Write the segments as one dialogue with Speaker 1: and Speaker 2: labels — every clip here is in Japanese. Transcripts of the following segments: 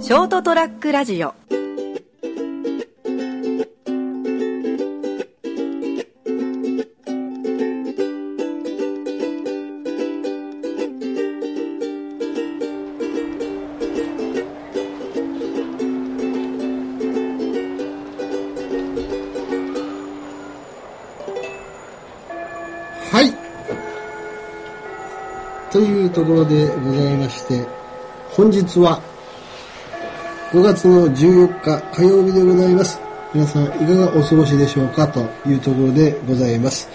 Speaker 1: ショートトラックラジオ
Speaker 2: はい。というところでございまして、本日は5月の14日火曜日でございます。皆さんいかがお過ごしでしょうかというところでございます。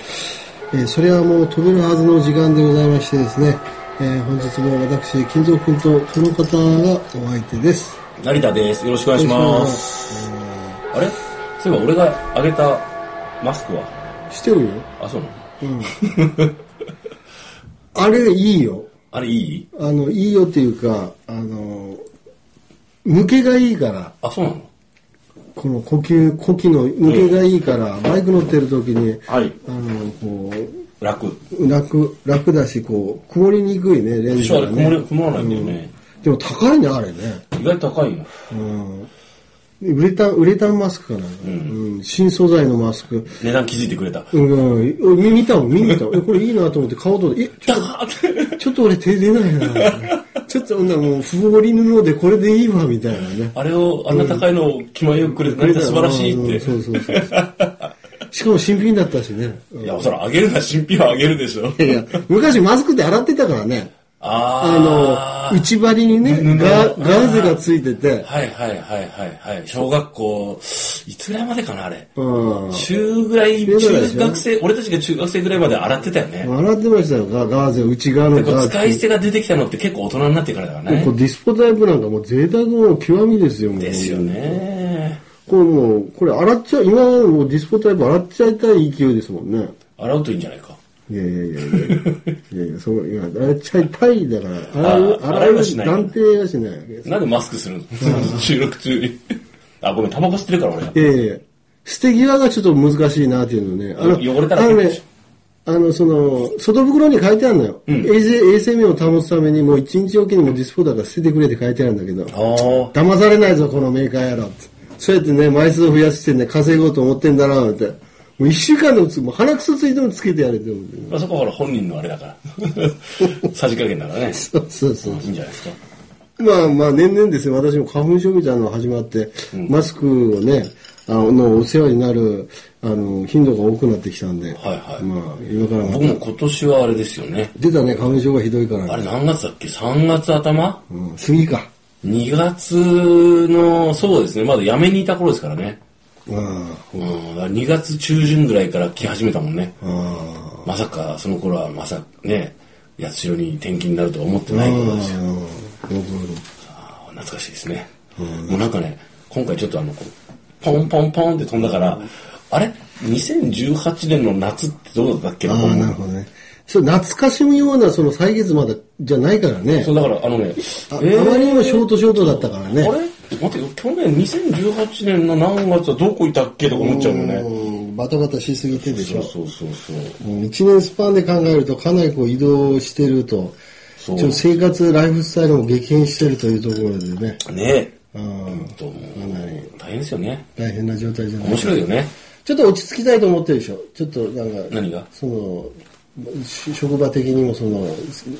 Speaker 2: えーそれはもう飛べるはずの時間でございましてですね、えー本日も私、金蔵君とこの方がお相手です。
Speaker 3: 成田です。よろしくお願いします。あれそういえば俺があげたマスクは
Speaker 2: してるよ。
Speaker 3: あ、そうなの
Speaker 2: うん。あれいいよ。
Speaker 3: あれいい
Speaker 2: あの、いいよっていうか、あの、抜けがいいから、
Speaker 3: あ、そうなの
Speaker 2: この呼吸、呼気の抜けがいいから、バイク乗ってる時に、
Speaker 3: はい。
Speaker 2: あの、こ
Speaker 3: 楽。
Speaker 2: う、楽、楽だし、こう、曇りにくいね、レン
Speaker 3: で
Speaker 2: ズ
Speaker 3: しょあれ
Speaker 2: が、ね。
Speaker 3: 曇れ曇らないんだよね。
Speaker 2: でも高いね、あれね。
Speaker 3: 意外と高いよ。
Speaker 2: うん。ウレタン、ウレタンマスクかな。うん。新素材のマスク。
Speaker 3: 値段気づいてくれた。
Speaker 2: うん、うん見見たもん、見見たもん。えこれいいなと思って買おうと思って、え、ちょっと
Speaker 3: 高っ
Speaker 2: ちょっと俺手出ないな。ちょっと女もう、不合理布でこれでいいわ、みたいなね。
Speaker 3: あれを、あんな高いのを気前よくくれて成田素晴らしいっ
Speaker 2: うん
Speaker 3: て。
Speaker 2: そうそうそう。しかも新品だったし ね。うん
Speaker 3: いや、そら、あげるな、新品はあげるでしょ。
Speaker 2: いや昔マスクって洗ってたからね。あ
Speaker 3: あ
Speaker 2: の、
Speaker 3: ー。
Speaker 2: 内張りにね、
Speaker 3: 布
Speaker 2: ガガーゼがついてて、
Speaker 3: はいはいはいはいはい。小学校、いつぐらいまでかな、あれ。
Speaker 2: うん。
Speaker 3: 中ぐらい、
Speaker 2: 中ぐらいでしょ
Speaker 3: 中学生、俺たちが中学生ぐらいまで洗ってたよね。
Speaker 2: 洗ってましたよ、ガガーゼ、内側の
Speaker 3: でこ
Speaker 2: ガ
Speaker 3: う
Speaker 2: ー
Speaker 3: 使い捨
Speaker 2: ゼ。
Speaker 3: てが出てきたのって結構大人になってからだから
Speaker 2: こう
Speaker 3: ね。
Speaker 2: ディスポタイプなんかもう贅沢の極みですよ、もう。
Speaker 3: ですよね。
Speaker 2: これもう、これ洗っちゃ、今はもうディスポタイプ洗っちゃいたい勢いですもんね。
Speaker 3: 洗うといいんじゃないか。
Speaker 2: いやいやいやいやいやいや、そう、今、洗っちゃいたいだから、洗う、
Speaker 3: あ洗いはしない
Speaker 2: 断定はしないわけです。
Speaker 3: なんでマスクするの収録中に。あ、ごめん、タバコ吸ってるから俺。
Speaker 2: いやいやいや捨て際がちょっと難しいなっていうのね。あの、
Speaker 3: 汚れたら
Speaker 2: あの
Speaker 3: いいで
Speaker 2: ね
Speaker 3: しょ、
Speaker 2: あの、その、外袋に書いてあるのよ。衛生、衛生面を保つために、もう一日おきにもディスポーターが捨ててくれって書いてあるんだけど、
Speaker 3: あ
Speaker 2: 騙されないぞ、このメーカーやろって。そうやってね、枚数を増やしてね、稼ごうと思ってんだな、って。もう一週間でもつ、もう鼻くそついてもつけてやれって思って。
Speaker 3: あ。そこはほら本人のあれだから。 さじ加減だからね。
Speaker 2: そうそうそう。
Speaker 3: いいんじゃないですか。
Speaker 2: まあまあ年々ですね、私も花粉症みたいなのが始まって、マスクをね、あの、のお世話になる、あの、頻度が多くなってきたんで、
Speaker 3: はいはい
Speaker 2: まあ、今から
Speaker 3: 僕
Speaker 2: また
Speaker 3: も今年はあれですよね。
Speaker 2: 出たね、花粉症がひどいから、
Speaker 3: あれ何月だっけ ?3 月頭
Speaker 2: うん、杉か。
Speaker 3: ?2 月の、そうですね、まだやめにいた頃ですからね。
Speaker 2: うん、あ
Speaker 3: うん、だから2月中旬ぐらいから来始めたもんね。
Speaker 2: あ、
Speaker 3: まさか、その頃はまさね、八代に転勤になるとは思ってないことですよ。
Speaker 2: うん、僕
Speaker 3: あー懐かしいですね。もうなんかね、今回ちょっとあの、こうポンポンポンって飛んだから、あれ ?2018 年の夏ってどうだったっけ
Speaker 2: ああ、なるほどね。そう、懐かしむような、その、歳月まだ、じゃないからね
Speaker 3: そう、。だからあのね、
Speaker 2: あ,、まりにもショートショートだったから
Speaker 3: あ
Speaker 2: ね。
Speaker 3: れ待ってよ、去年2018年の何月はどこいたっけとか思っちゃうよね。
Speaker 2: うんバタバタしすぎてでし
Speaker 3: そ
Speaker 2: ょ
Speaker 3: う。そうそうそう。
Speaker 2: もう1年スパンで考えるとかなりこう移動してると、ち
Speaker 3: そ
Speaker 2: ょ
Speaker 3: う
Speaker 2: っと生活、ライフスタイルも激変してるというところでね、
Speaker 3: ね
Speaker 2: う
Speaker 3: え。うん
Speaker 2: ん、
Speaker 3: と、もう大変ですよね。
Speaker 2: 大変な状態じゃない
Speaker 3: 面白いよね。
Speaker 2: ちょっと落ち着きたいと思ってるでしょ。ちょっとなんか、
Speaker 3: 何が
Speaker 2: その、し職場的にもその、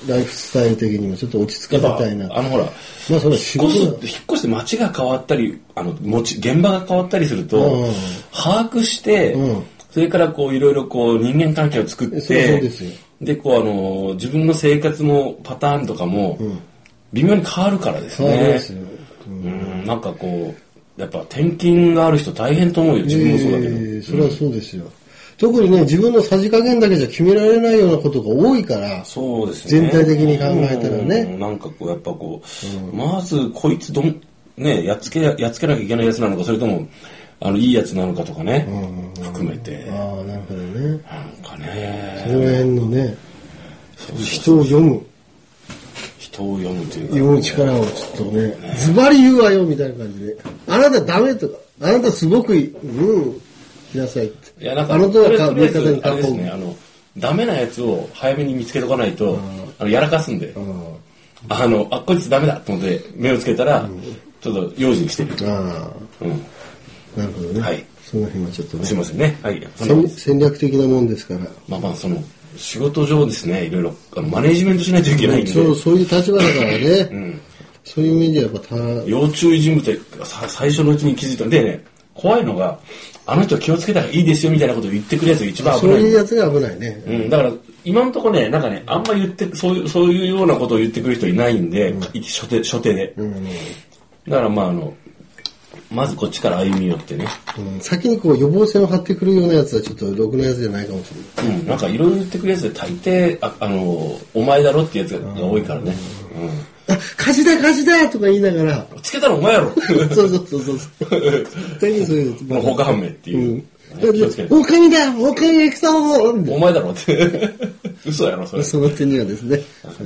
Speaker 2: ライフスタイル的にもちょっと落ち着かせたいな。
Speaker 3: あのほら、
Speaker 2: まあそれは仕
Speaker 3: 引っ
Speaker 2: 事
Speaker 3: 越
Speaker 2: だ
Speaker 3: すって引っ越して街が変わったりあの持ち現場が変わったりすると、
Speaker 2: うん
Speaker 3: 把握して、
Speaker 2: うん
Speaker 3: それからこういろいろこう人間関係を作って
Speaker 2: そうそうですよ
Speaker 3: でこうあの自分の生活のパターンとかも微妙に変わるからです
Speaker 2: 変わりま
Speaker 3: ね
Speaker 2: す、よ。
Speaker 3: うん、なんかこうやっぱ転勤がある人大変と思うよ自分もそうだけど、
Speaker 2: えーそれはそうですよ。特にね、自分のさじ加減だけじゃ決められないようなことが多いから、
Speaker 3: そうですね
Speaker 2: 全体的に考えたらね
Speaker 3: うんなんかこうやっぱこう、まずこいつどんねやっつけやっつけなきゃいけないやつなのかそれともあのいいやつなのかとかね、含めてなん
Speaker 2: ああ、なるほどね。
Speaker 3: か
Speaker 2: その
Speaker 3: ね
Speaker 2: 辺のね、人を読む、
Speaker 3: 人を読むというか
Speaker 2: 読む力をちょっとね、ズバリ言うわよみたいな感じで、あなたダメとか、あなたすごくいい、うん、来なさいって。
Speaker 3: いやなんか
Speaker 2: あの人は
Speaker 3: と
Speaker 2: か
Speaker 3: りあえ
Speaker 2: 味
Speaker 3: ず
Speaker 2: 方に
Speaker 3: あれです
Speaker 2: 囲
Speaker 3: ね
Speaker 2: む。
Speaker 3: あのダメなやつを早めに見つけとかないと、あのやらかすんで、あのあこいつダメだと思って目をつけたら、ちょっと用心してる。
Speaker 2: あ
Speaker 3: うん。
Speaker 2: あ、なるほどね。
Speaker 3: はい
Speaker 2: その辺はちょっとね
Speaker 3: すい。ませんね。はい。
Speaker 2: 戦戦略的なもんですから。
Speaker 3: まあまあ、その、仕事上ですね、いろいろ、あのマネジメントしないといけないんで、
Speaker 2: そう、そういう立場だからね。そういう意味ではやっぱた、
Speaker 3: 要注意人物がさ最初のうちに気づいた。でね、怖いのが、あの人気をつけたらいいですよみたいなことを言ってくるやつが一番
Speaker 2: そ
Speaker 3: 危
Speaker 2: う
Speaker 3: ない。
Speaker 2: いうやつが危ないね。
Speaker 3: うん、だから、今のところね、なんかね、あんま言って、そういう、そういうようなことを言ってくる人いないんで、い初手、初手で。だから、まあ、あの、まずこっちから歩み寄ってね、
Speaker 2: うん先にこう予防線を張ってくるようなやつはちょっとろくなやつじゃないかもしれない。
Speaker 3: うん、なんかいろいろ言ってくるやつで大抵、ああの、お前だろってやつが多いからね。う
Speaker 2: あ、火事だ火事だとか言いながら、
Speaker 3: ん。つけたらお前やろ
Speaker 2: そうそうそう そう。絶対にそういうやつ。
Speaker 3: この放火判明って
Speaker 2: う
Speaker 3: い
Speaker 2: ん
Speaker 3: う。気をつけて。
Speaker 2: 狼だ狼が来たぞみたいな
Speaker 3: お前だろって。 嘘やろ、それ。
Speaker 2: その点にはですね、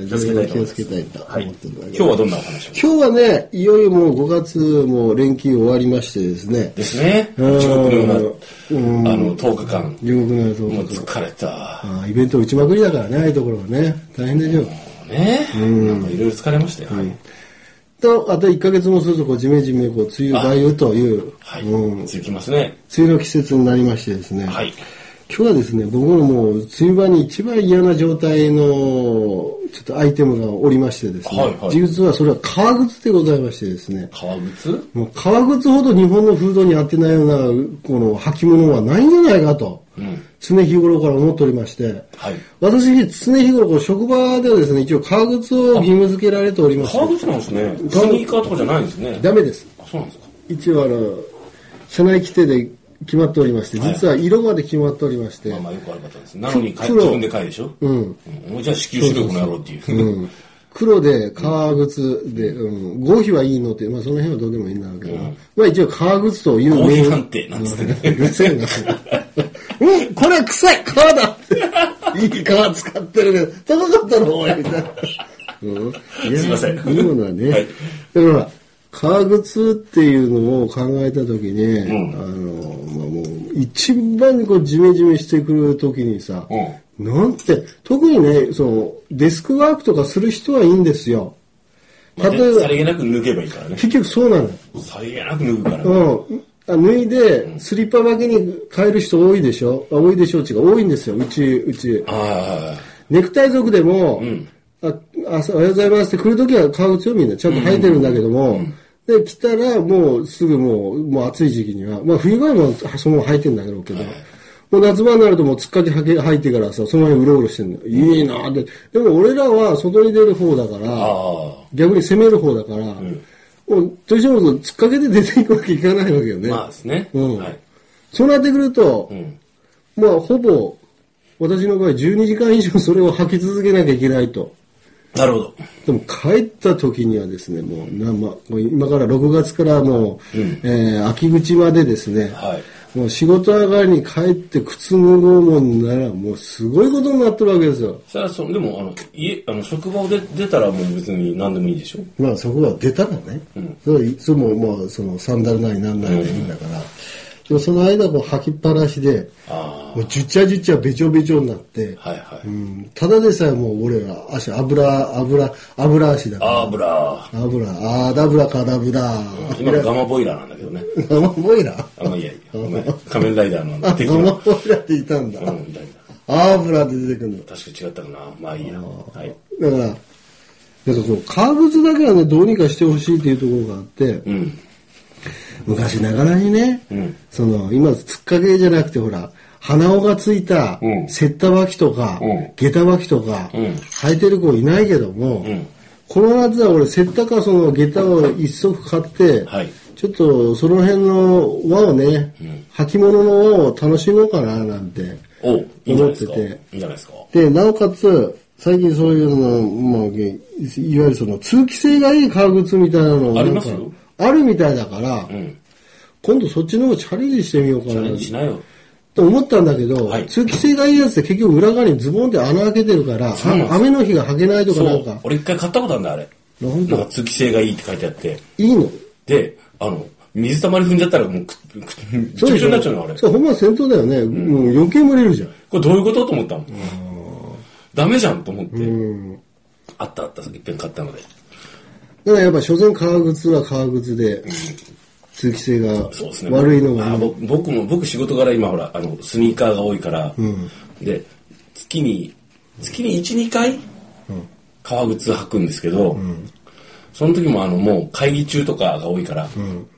Speaker 3: 気をつけたいと思います
Speaker 2: 気をつけたいと
Speaker 3: はい。
Speaker 2: 思ってるわ
Speaker 3: 今
Speaker 2: けで
Speaker 3: 日はどんなお話を
Speaker 2: 今日はね、いよいよもう5月も連休終わりましてですね、
Speaker 3: ですね。地
Speaker 2: うん
Speaker 3: 獄のような、
Speaker 2: う
Speaker 3: あ
Speaker 2: ん
Speaker 3: の、10日間。
Speaker 2: 地獄のやつ
Speaker 3: もう
Speaker 2: を
Speaker 3: 疲れた。
Speaker 2: ああイベント打ちまくりだからね、ああいうところはね、大変でしょう。
Speaker 3: ね、なんかいろいろ疲れましたよ。はい。
Speaker 2: と、あと1ヶ月もすると、こう、じめじめ、こう、梅雨、梅雨という、うん、梅
Speaker 3: 続きますね。
Speaker 2: 雨の季節になりましてですね、
Speaker 3: はい。
Speaker 2: 今日はですね、僕のもう、梅雨場に一番嫌な状態の、ちょっとアイテムがおりましてですね、
Speaker 3: はいはい
Speaker 2: 実はそれは革靴でございましてですね、
Speaker 3: 革靴
Speaker 2: もう革靴ほど日本の風土に合ってないような、この履物はないんじゃないかと、
Speaker 3: うん。
Speaker 2: 常日頃から思っておりまして、
Speaker 3: はい。
Speaker 2: 私、常日頃、こう職場ではですね、一応革靴を義務付けられておりまして
Speaker 3: 革、靴なんですね。スニーカーとかじゃないんですね。
Speaker 2: ダメです。
Speaker 3: あ、そうなんですか。
Speaker 2: 一応、あの、社内規定で決まっておりまして、
Speaker 3: はい
Speaker 2: 実は色まで決まっておりまして、
Speaker 3: まあまあよくあるパターンです。なのに買い
Speaker 2: 黒
Speaker 3: 自分で買いでしょ
Speaker 2: うん。
Speaker 3: うん。おじゃあ支給しろこの野郎っていう。
Speaker 2: うん黒で革靴で、うん、合否はいいのって、まあその辺はどうでもいいんだろうけど、まあ一応革靴という
Speaker 3: 合
Speaker 2: 名
Speaker 3: 否
Speaker 2: 誉
Speaker 3: 判定なんつって ね。
Speaker 2: うるせえな。うん、これは臭い革だって。いい革使ってるけど、高かったのおいみたいな。うん、
Speaker 3: すいません
Speaker 2: いいものはね。
Speaker 3: はい
Speaker 2: だから、革靴っていうのを考えたときに、
Speaker 3: ん
Speaker 2: あの、まあもう、一番こう、ジメジメしてくるときにさ、
Speaker 3: う
Speaker 2: なんて、特にね、その、デスクワークとかする人はいいんですよ。
Speaker 3: まあ
Speaker 2: 例えば
Speaker 3: さりげなく抜けばいいからね。
Speaker 2: 結局そうなの。
Speaker 3: さりげなく脱ぐから。
Speaker 2: うん。あ脱いで、スリッパだけに変える人多いでしょあ多いでしょうちが多いんですよ、うち、うち。
Speaker 3: ああ、
Speaker 2: ネクタイ族でも、あ朝おはようございますって来るときは革靴をみんなちゃんと履いてるんだけども、で、来たらもうすぐもう、もう暑い時期には、まあ冬場はもうそのまま履いてんだけど、けど、もう夏場になるともうつっかけ履け履いてからさ、その辺うろうろしてんのよ。いいなぁって。でも俺らは外に出る方だから、
Speaker 3: ああ。
Speaker 2: 逆に攻める方だから、もう、どうしても突っかけて出ていくわけいかないわけよね。
Speaker 3: まあですね。
Speaker 2: うん
Speaker 3: はい。
Speaker 2: そうなってくると、
Speaker 3: ん
Speaker 2: まあ、ほぼ、私の場合12時間以上それを履き続けなきゃいけないと。
Speaker 3: なるほど。
Speaker 2: でも帰った時にはですね、もうな、ま、もう今から6月からもう、えー秋口までですね、
Speaker 3: はい。
Speaker 2: もう仕事上がりに帰って靴脱ごうもんなら、もうすごいことになってるわけですよ。
Speaker 3: それはそう、でも、あの、家、あの、職場を出出たらもう別に何でもいいでしょ
Speaker 2: まあそこは出たらね、それはいつももうそのサンダルなりなんなりでいいんだから、でもその間こう履きっぱなしで、
Speaker 3: あ
Speaker 2: もうじゅっちゃじゅっちゃべちょべちょになって、
Speaker 3: あ。はいはい。
Speaker 2: うん、ただでさえもう俺は足、油、油、油足だか
Speaker 3: あーブラ
Speaker 2: ら。油、あーダブラカダブラ。
Speaker 3: ー。今のガマボイラーなんだけどね。
Speaker 2: ガマボイラー
Speaker 3: あんまいやいや。ごめん仮面ライダーのあ
Speaker 2: あ
Speaker 3: の敵
Speaker 2: ガ
Speaker 3: の。
Speaker 2: マボイラーっていたんだ。
Speaker 3: うん、みたいな。
Speaker 2: あーブラって出てくるの。
Speaker 3: 確か違ったかな。まあいいや。はい。
Speaker 2: だから、だからその革靴だけはね、どうにかしてほしいっていうところがあって、
Speaker 3: うん。
Speaker 2: 昔ながらにね、
Speaker 3: うん
Speaker 2: その今つっかけじゃなくてほら鼻緒がついた、
Speaker 3: うん
Speaker 2: セッタ履きとか、
Speaker 3: うん
Speaker 2: 下駄履きとか、
Speaker 3: うん
Speaker 2: 履いてる子いないけども、
Speaker 3: ん
Speaker 2: この夏は俺セッタかその下駄を一足買って、
Speaker 3: はい
Speaker 2: ちょっとその辺の輪をね、履物の輪を楽しもうかななんて
Speaker 3: おういいんじゃないですか。
Speaker 2: 思
Speaker 3: い
Speaker 2: ってて
Speaker 3: いんじゃないですか。
Speaker 2: でなおかつ最近そういうの、まあ、いいわゆるその通気性がいい革靴みたいなのが
Speaker 3: ありますよ
Speaker 2: あるみたいだから、
Speaker 3: うん。
Speaker 2: 今度そっちの方チャレンジしてみようか
Speaker 3: チャレ
Speaker 2: な
Speaker 3: ンジしなよ。
Speaker 2: と思ったんだけど、
Speaker 3: はい
Speaker 2: 通気性がいいやつって結局裏側にズボンって穴開けてるから、
Speaker 3: そうなんです
Speaker 2: あ雨の日が履けないとか
Speaker 3: そ
Speaker 2: なん
Speaker 3: う
Speaker 2: か。、
Speaker 3: 俺一回買ったことあるんだ、あれ。
Speaker 2: なん
Speaker 3: なん
Speaker 2: だ
Speaker 3: か通気性がいいって書いてあって。
Speaker 2: いいの
Speaker 3: で、あの、水溜まり踏んじゃったらもうく、く、びちょびちょになっちゃうの、あれ。
Speaker 2: そう、ほんま戦闘だよね。もう余計蒸れるじゃん。
Speaker 3: これどういうことと思ったもん。ダメじゃんと思って。
Speaker 2: うん。
Speaker 3: あったあった、一遍買ったので。
Speaker 2: だからやっぱ所詮革靴は革靴で、通気性が
Speaker 3: そうですね。
Speaker 2: 悪いの
Speaker 3: あ
Speaker 2: が、
Speaker 3: 僕僕も、僕仕事柄今ほら、あの、スニーカーが多いから、で、月に、月に1、2回、革靴履くんですけど、その時もあの、もう会議中とかが多いから、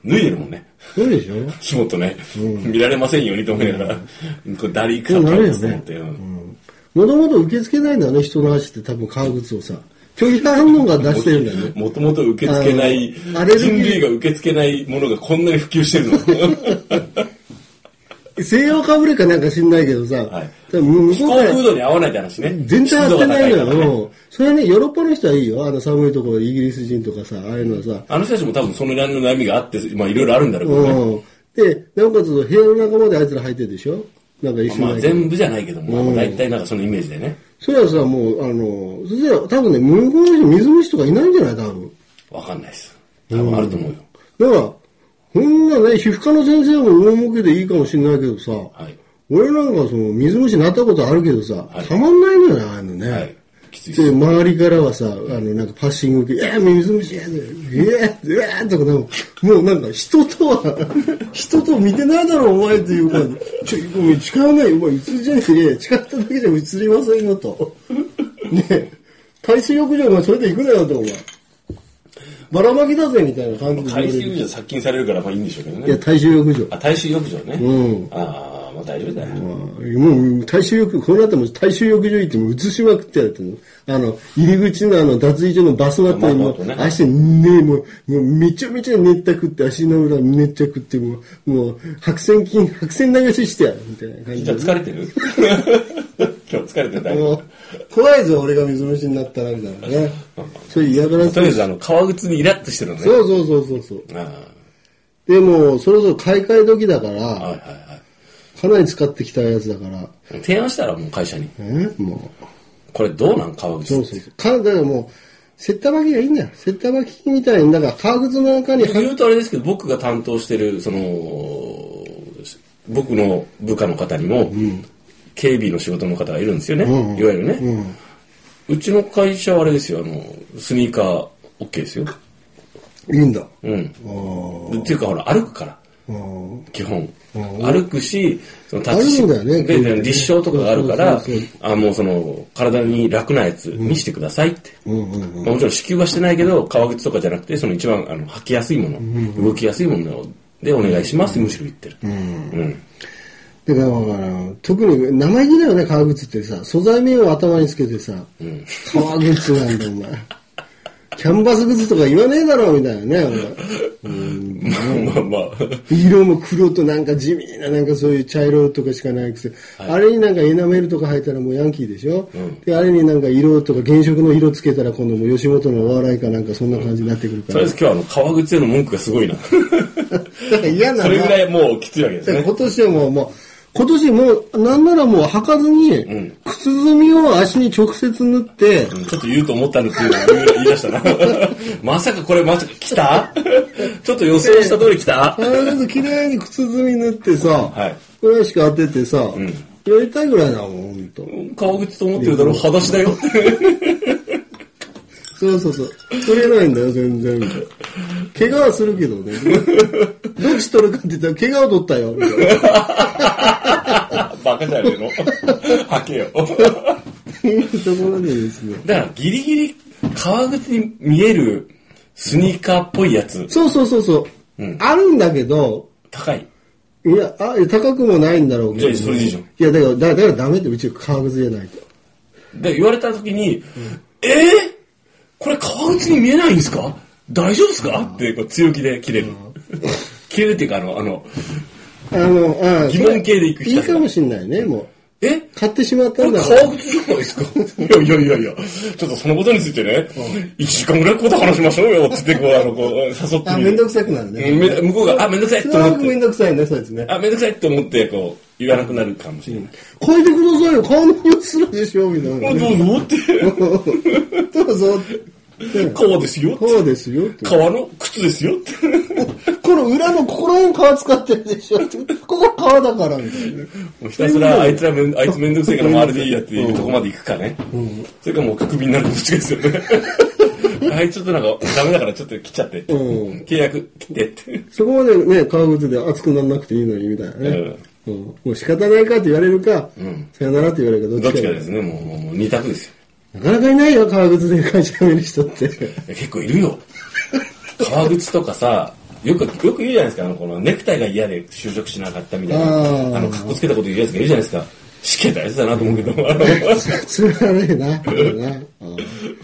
Speaker 3: 脱いでるもんね。
Speaker 2: そうでしょ
Speaker 3: 仕事ね、見られませんようにと思いながら、これ誰行く
Speaker 2: そう
Speaker 3: か
Speaker 2: な
Speaker 3: と
Speaker 2: るよね
Speaker 3: 思って、うん
Speaker 2: もともと受け付けないんだよね、人の足って多分革靴をさ。拒否反応が出してるんだよ ね。
Speaker 3: もともと受け付けない、
Speaker 2: あのアレルギー
Speaker 3: 人類が受け付けないものがこんなに普及して るの。
Speaker 2: 西洋かぶれかなんか知んないけどさ、
Speaker 3: はい
Speaker 2: 多分向
Speaker 3: 気
Speaker 2: こう
Speaker 3: 候
Speaker 2: から
Speaker 3: 風土に合わないって話ね。
Speaker 2: 全然合ってないの
Speaker 3: 湿度が高いからね
Speaker 2: よ。それはね、ヨーロッパの人はいいよ。あの寒いところ、イギリス人とかさ、ああいうのはさ。
Speaker 3: あの人たちも多分その辺の悩みがあって、まあいろいろあるんだろうけど
Speaker 2: う
Speaker 3: ね。
Speaker 2: ん。で、なおかつ部屋の中まであいつら入ってるでしょなんか一緒に入
Speaker 3: まあ
Speaker 2: ってる。
Speaker 3: 全部じゃないけども、まあ大体なんかそのイメージでね。
Speaker 2: それはさ、もう、あの、そしたら多分ね、向こうの人、水虫とかいないんじゃない多分。
Speaker 3: わかんないです。多分あると思うよ。
Speaker 2: だから、そんなね、皮膚科の先生も大儲けでいいかもしれないけどさ、
Speaker 3: はい。
Speaker 2: 俺なんかその、水虫になったことあるけどさ、
Speaker 3: い
Speaker 2: たまんないのよね、ああいうのね。
Speaker 3: はい。きついっ。
Speaker 2: です周りからはさ、あの、なんかパッシング受け、えー、水虫やで、えー、えー、とかでも、もうなんか人とは、 人と見てないだろ、お前っていう感じ。ちょ、ごめん、近寄らない、お前映りじゃねえ、近寄っただけじゃ映りませんよ、と。ねえ、海水浴場がそれで行くなよ、と、お前。ばらまきだぜ、みたいな感じで言われ
Speaker 3: 海
Speaker 2: る。
Speaker 3: 水浴場殺菌されるからまあいいんでしょうけど
Speaker 2: いや、
Speaker 3: ね。
Speaker 2: 大衆浴場。
Speaker 3: あ、大衆浴場ね。
Speaker 2: うん
Speaker 3: ああ、まあ大丈夫だよ。
Speaker 2: もう、大衆浴、この後も大衆浴場行ってもう映しまくってやるってもうあの、入り口のあの、脱衣所のバスマットにも
Speaker 3: バスマッ
Speaker 2: う、
Speaker 3: トね
Speaker 2: 足ね、もう、もうめちゃめちゃ熱ったくって、足の裏めっちゃくって、もう、もう、白線筋、白線流ししてやる、みたいな感じ
Speaker 3: じゃ
Speaker 2: で
Speaker 3: あ。疲れてる今日疲れてる大丈
Speaker 2: も
Speaker 3: 夫。
Speaker 2: う怖いぞ、俺が水虫になったら、みたいなね。そういう嫌がら
Speaker 3: とりあえ
Speaker 2: せ。
Speaker 3: ずあの、革靴にイラッとしてるのね。
Speaker 2: そうそうそうそうそう。
Speaker 3: ああ
Speaker 2: でも、そろそろ買い替え時だか
Speaker 3: はい
Speaker 2: ら、
Speaker 3: は
Speaker 2: かなり使ってきたやつだから、
Speaker 3: いはい。提案したらもう会社に。
Speaker 2: えもう。
Speaker 3: これどうなん革靴
Speaker 2: そ。うそうそう。かだからもう、セッターバキがいいんだよ。セッターバキみたいに、だから革靴の中に入
Speaker 3: 言うとあれですけど、僕が担当してる、その、僕の部下の方にも、警備の仕事の方がいるんですよね、
Speaker 2: うんうん
Speaker 3: いわゆるね、うちの会社はあれですよ、あの、スニーカー OK ですよ。
Speaker 2: いいんだ。あ
Speaker 3: うん。
Speaker 2: あー。
Speaker 3: っていうかほら、歩くから、
Speaker 2: あー
Speaker 3: 基本。歩くし、その立
Speaker 2: 歩くんだよね
Speaker 3: で、で立証とかがあるから
Speaker 2: そうそうそう、
Speaker 3: あもうその、体に楽なやつにしてくださいって。
Speaker 2: うんうん。
Speaker 3: まあ、もちろん支給はしてないけど革靴とかじゃなくてその一番あの履きやすいもの、動きやすいものでお願いしますってむしろ言ってる、うん
Speaker 2: だからだから、特に生意気だよね、革靴ってさ。素材名を頭につけてさ、革靴なんだ、お前。キャンバス靴とか言わねえだろ、みたいなね、
Speaker 3: まあまあまあ
Speaker 2: お前。色も黒となんか地味な、なんかそういう茶色とかしかないくせ、あれになんかエナメルとか入ったらもうヤンキーでしょ、で、あれになんか色とか原色の色つけたら今度もう吉本のお笑いかなんかそんな感じになってくるか
Speaker 3: とりあ
Speaker 2: ら。
Speaker 3: えず今日はあの革靴への文句がす ごいな
Speaker 2: だから嫌な
Speaker 3: そ
Speaker 2: の
Speaker 3: れぐらいもうきついわけです
Speaker 2: だから
Speaker 3: ね
Speaker 2: 今年はもう、もう、今年もう、なんならもう履かずに、靴積みを足に直接塗って、
Speaker 3: うんちょっと言うと思ったんですけど言う言い出し たなまさかこれまさか来た ちょっと予想した通り来た
Speaker 2: 必ず綺麗に靴積み塗ってさ、
Speaker 3: い
Speaker 2: これしか当ててさ、やりたいぐらいだもん、ほんと。
Speaker 3: 革靴と思ってるだろ裸足だよ
Speaker 2: そうそうそう。取れないんだよ、全然。怪我はするけどね。どっち取るかって言ったら、怪我を取ったよ。みたいな
Speaker 3: バカじゃねえの 履けよ
Speaker 2: ところでですね。
Speaker 3: だからギリギリ革靴に見えるスニーカーっぽいやつ
Speaker 2: そうそうそうそう。あるんだけど、
Speaker 3: 高い
Speaker 2: いや、あ高くもないんだろうけど、
Speaker 3: じゃあそれでいいじゃん
Speaker 2: いや、だから、だだからダメって、うち革靴じゃないと。
Speaker 3: で、言われた時に、えー、これ革靴に見えないんですか大丈夫ですかってこう強気で切れる。 切れるっていうか、あの、あの、
Speaker 2: あの、ああ
Speaker 3: 疑問形でいく
Speaker 2: い
Speaker 3: 人
Speaker 2: いかもしんないね、もう。
Speaker 3: え
Speaker 2: 買ってしまっ
Speaker 3: こ
Speaker 2: た
Speaker 3: れ
Speaker 2: んだ。
Speaker 3: 革靴じゃないですかいやいやいやいや、ちょっとそのことについてね、1時間ぐらいここと話しましょうよ、つってこう、あの、こう、誘って
Speaker 2: あ、
Speaker 3: み
Speaker 2: めんど
Speaker 3: る
Speaker 2: くさくなる
Speaker 3: うんめ
Speaker 2: ね。
Speaker 3: 向こうが、あ、めんどくさい
Speaker 2: す
Speaker 3: と思
Speaker 2: ごく
Speaker 3: って、
Speaker 2: めんどくさいね、そうですね。
Speaker 3: あ、めんどくさいと思って、こう、言わなくなるかもしれない。
Speaker 2: 超えてくださいよ、顔の様子するでしょ、みたいな
Speaker 3: あ、
Speaker 2: ね。
Speaker 3: どうぞ って、
Speaker 2: どうぞ。ね
Speaker 3: 革ですよって
Speaker 2: こうですよ。って
Speaker 3: 革の靴ですよって。
Speaker 2: この裏のここら辺皮使ってるでしょ。ここ皮だから、みたいな。
Speaker 3: もうひたすらあいつらめんあいつめんどくせえからもうあれでいいやっていうとこまで行くかね、それかもうクビになるどっちかですよね はい、ちょっとなんか、ダメだからちょっと切っちゃって。
Speaker 2: うん
Speaker 3: 契約切ってって。
Speaker 2: そこまでね、革靴で熱くならなくていいのに、みたいなね。うんもう仕方ないかって言われるか、
Speaker 3: ん
Speaker 2: さよならって言われるか、
Speaker 3: ど
Speaker 2: ど
Speaker 3: っ
Speaker 2: っ
Speaker 3: ち
Speaker 2: ち
Speaker 3: か
Speaker 2: か
Speaker 3: ですね、もう、もうもう二択ですよ。
Speaker 2: なかなかいないよ、革靴で会社辞める 人って。
Speaker 3: いや結構いるよ。革靴とかさ、よく、よく言うじゃないですか、あの、このネクタイが嫌で就職しなかったみたい
Speaker 2: あー
Speaker 3: な、あの、かっこつけたこと言うやつがいるじゃないですか。死刑大事だなと思うけど、あの、
Speaker 2: つまらねえな。うん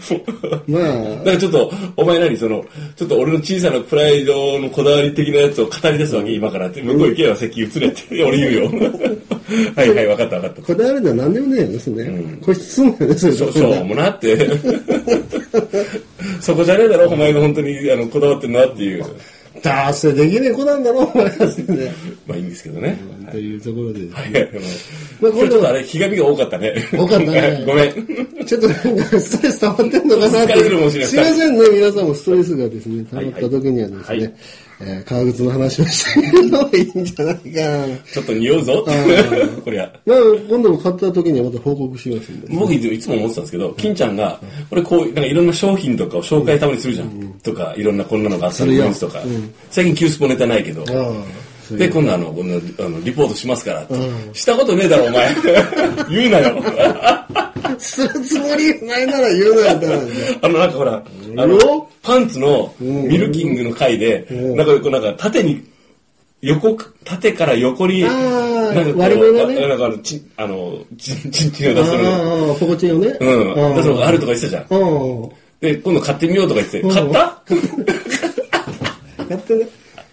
Speaker 2: まあ、
Speaker 3: だからちょっと、お前何、その、ちょっと俺の小さなプライドのこだわり的なやつを語り出すわけ、今からって。向こう行けば席移れって、俺言うよ。はいはい、分かった分かった。
Speaker 2: こだわるのは何でもねえよね、それね。個室すんだよね、それ
Speaker 3: そう、そうもなって。そこじゃねえだろ、お前が本当にあのこだわってんなっていう。
Speaker 2: だーせできねえ子なんだろ、お前はそれね。
Speaker 3: まあいいんですけどね。
Speaker 2: というところでですね。
Speaker 3: はいはい
Speaker 2: まあ
Speaker 3: 今日ちょっとあれ、ひがみが多かったね。
Speaker 2: 多かったね
Speaker 3: ごめん。
Speaker 2: ちょっとなんかストレス溜まってんのかなって。
Speaker 3: 疲れてるかもしれない
Speaker 2: すいませんね、皆さんもストレスがですね、溜まった時にはですね、
Speaker 3: はいはい
Speaker 2: えー革靴の話をしてみるのがいいんじゃないかな。
Speaker 3: ちょっと匂うぞ
Speaker 2: あー。
Speaker 3: こりゃ。
Speaker 2: まあ、今度も買った時にはまた報告しますんで。
Speaker 3: 僕いつも思ってたんですけど、金ちゃんが、これこう、なんかいろんな商品とかを紹介たまにするじゃん。とか、いろんなこんなのがあった
Speaker 2: する
Speaker 3: り
Speaker 2: よ
Speaker 3: ニュースとか。最近急スポネタないけど。
Speaker 2: ああ
Speaker 3: で、今度あの、この、あの、リポートしますからって。したことねえだろ、お前。 言うなよ。
Speaker 2: するつもりないなら言うなよ、だから
Speaker 3: あの、なんかほら、あの、パンツのミルキングの回で、なんかこう、なんか縦に、横く、縦から横に、
Speaker 2: あー
Speaker 3: なんかこう
Speaker 2: 割り目がね
Speaker 3: あなんかあの、ち、あの、ち、ちんちんを出すの。
Speaker 2: ああ、ポコチンをね。
Speaker 3: うん。出すのがあるとか言ってたじゃん。
Speaker 2: うん。
Speaker 3: で、今度買ってみようとか言って、
Speaker 2: ん
Speaker 3: 買った
Speaker 2: やってね。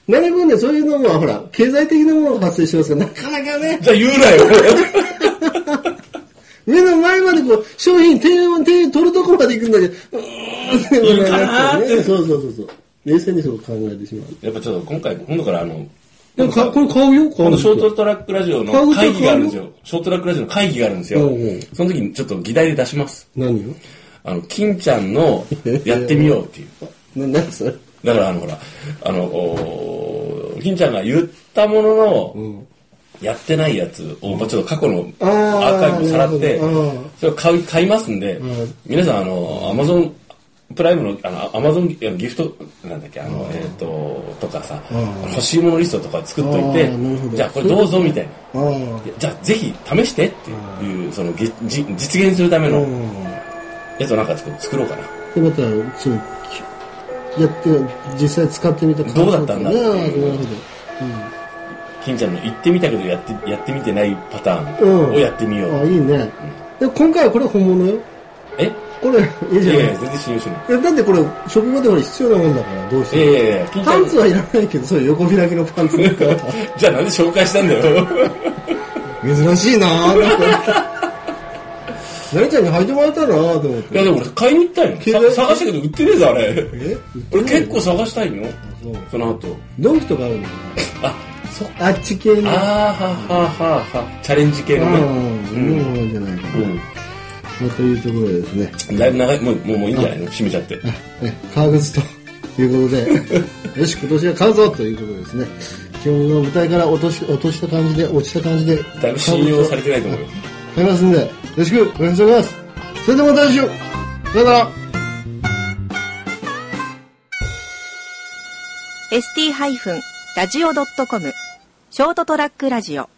Speaker 2: なる分ね、そういうのも、ほら、経済的なものが発生しますから、なかなかね、
Speaker 3: じゃあ言うなよ。
Speaker 2: 目の前までこう、商品、手を、手を取るとこまで行くんだけど、うーん、
Speaker 3: いいかなーって
Speaker 2: ねそうそうそうそう。冷静にそう考えてしまう。
Speaker 3: やっぱちょっと今回、今度からあの、
Speaker 2: でも、かこれ買うよ、買
Speaker 3: こ
Speaker 2: う
Speaker 3: の
Speaker 2: よ。
Speaker 3: ショートトラックラジオの会議があるんですよ。ショートトラックラジオの会議があるんですよ
Speaker 2: うんうん。
Speaker 3: その時にちょっと議題で出します。
Speaker 2: 何よ
Speaker 3: あの、金ちゃんのやってみようっていう。
Speaker 2: な、何それ
Speaker 3: だからあのほら、あの、おー金ちゃんが言ったものの、やってないやつを、まあ、ちょっと過去のア
Speaker 2: あー
Speaker 3: ーカイブをさらって
Speaker 2: なるほどあー、
Speaker 3: それを買い買いますんで、
Speaker 2: ん
Speaker 3: 皆さん、あの、アマゾン、プライムの、あの、アマゾンギフト、なんだっけ、あの、えっ、と、とかさ、
Speaker 2: ん
Speaker 3: 欲しいものリストとか作っとい
Speaker 2: あーなるほ
Speaker 3: て、
Speaker 2: ど
Speaker 3: じゃあこれどうぞみたいな。
Speaker 2: ああ。
Speaker 3: じゃあぜひ試してっていう、その、げじ実現するため
Speaker 2: う
Speaker 3: の
Speaker 2: ん。
Speaker 3: やつをなんか作作ろうかな。
Speaker 2: で、また、その、やって、実際使ってみた感想
Speaker 3: どうだったんだ
Speaker 2: とかね
Speaker 3: っていう
Speaker 2: なるほど。
Speaker 3: 金ちゃんの言ってみたけどやって、やってみてないパター
Speaker 2: うん
Speaker 3: ンをやってみよう。
Speaker 2: あ、いいね。で、今回はこれ本物よ。
Speaker 3: え
Speaker 2: これ、いい
Speaker 3: い
Speaker 2: じゃな
Speaker 3: や
Speaker 2: い
Speaker 3: い
Speaker 2: で
Speaker 3: や、
Speaker 2: すか。
Speaker 3: 全然信用しない。
Speaker 2: いやだってこれ、職場でほら必要なもんだから、どうし
Speaker 3: いや
Speaker 2: ても。
Speaker 3: いやいや、金ちゃ
Speaker 2: パ
Speaker 3: ん
Speaker 2: ンツはいらないけど、そういう横開きのパンツなんか。
Speaker 3: じゃあなんで紹介したんだよ。
Speaker 2: 珍しいなぁ、なん か。何ちゃんに履いてもらえたらなぁと思っ
Speaker 3: い
Speaker 2: て。
Speaker 3: やでも俺買いに行った
Speaker 2: 経済
Speaker 3: よ。さ探したけど売ってねえぞ、あれ。
Speaker 2: え
Speaker 3: 俺結構探したいの
Speaker 2: そう
Speaker 3: その後。
Speaker 2: ドンキとかあるの
Speaker 3: あ、そっか。
Speaker 2: あっち系の。
Speaker 3: あーはははは。チャレンジ系
Speaker 2: う
Speaker 3: のね。
Speaker 2: ん。うん。うんじゃないかな。
Speaker 3: う
Speaker 2: まあというところでですね。
Speaker 3: ん。だいぶ長い、もう、もうもういいんじゃないの閉めちゃって。
Speaker 2: え革靴ということ で、よし、今年は買うぞということでですね、今日の舞台から落とし落とした感じで、落ちた感じで、
Speaker 3: だいぶ信用されてないと思うよ。
Speaker 2: 買いますんで、よろしくお願いします。それではまた来週さよなら
Speaker 1: ST-radio.com ショートトラックラジオ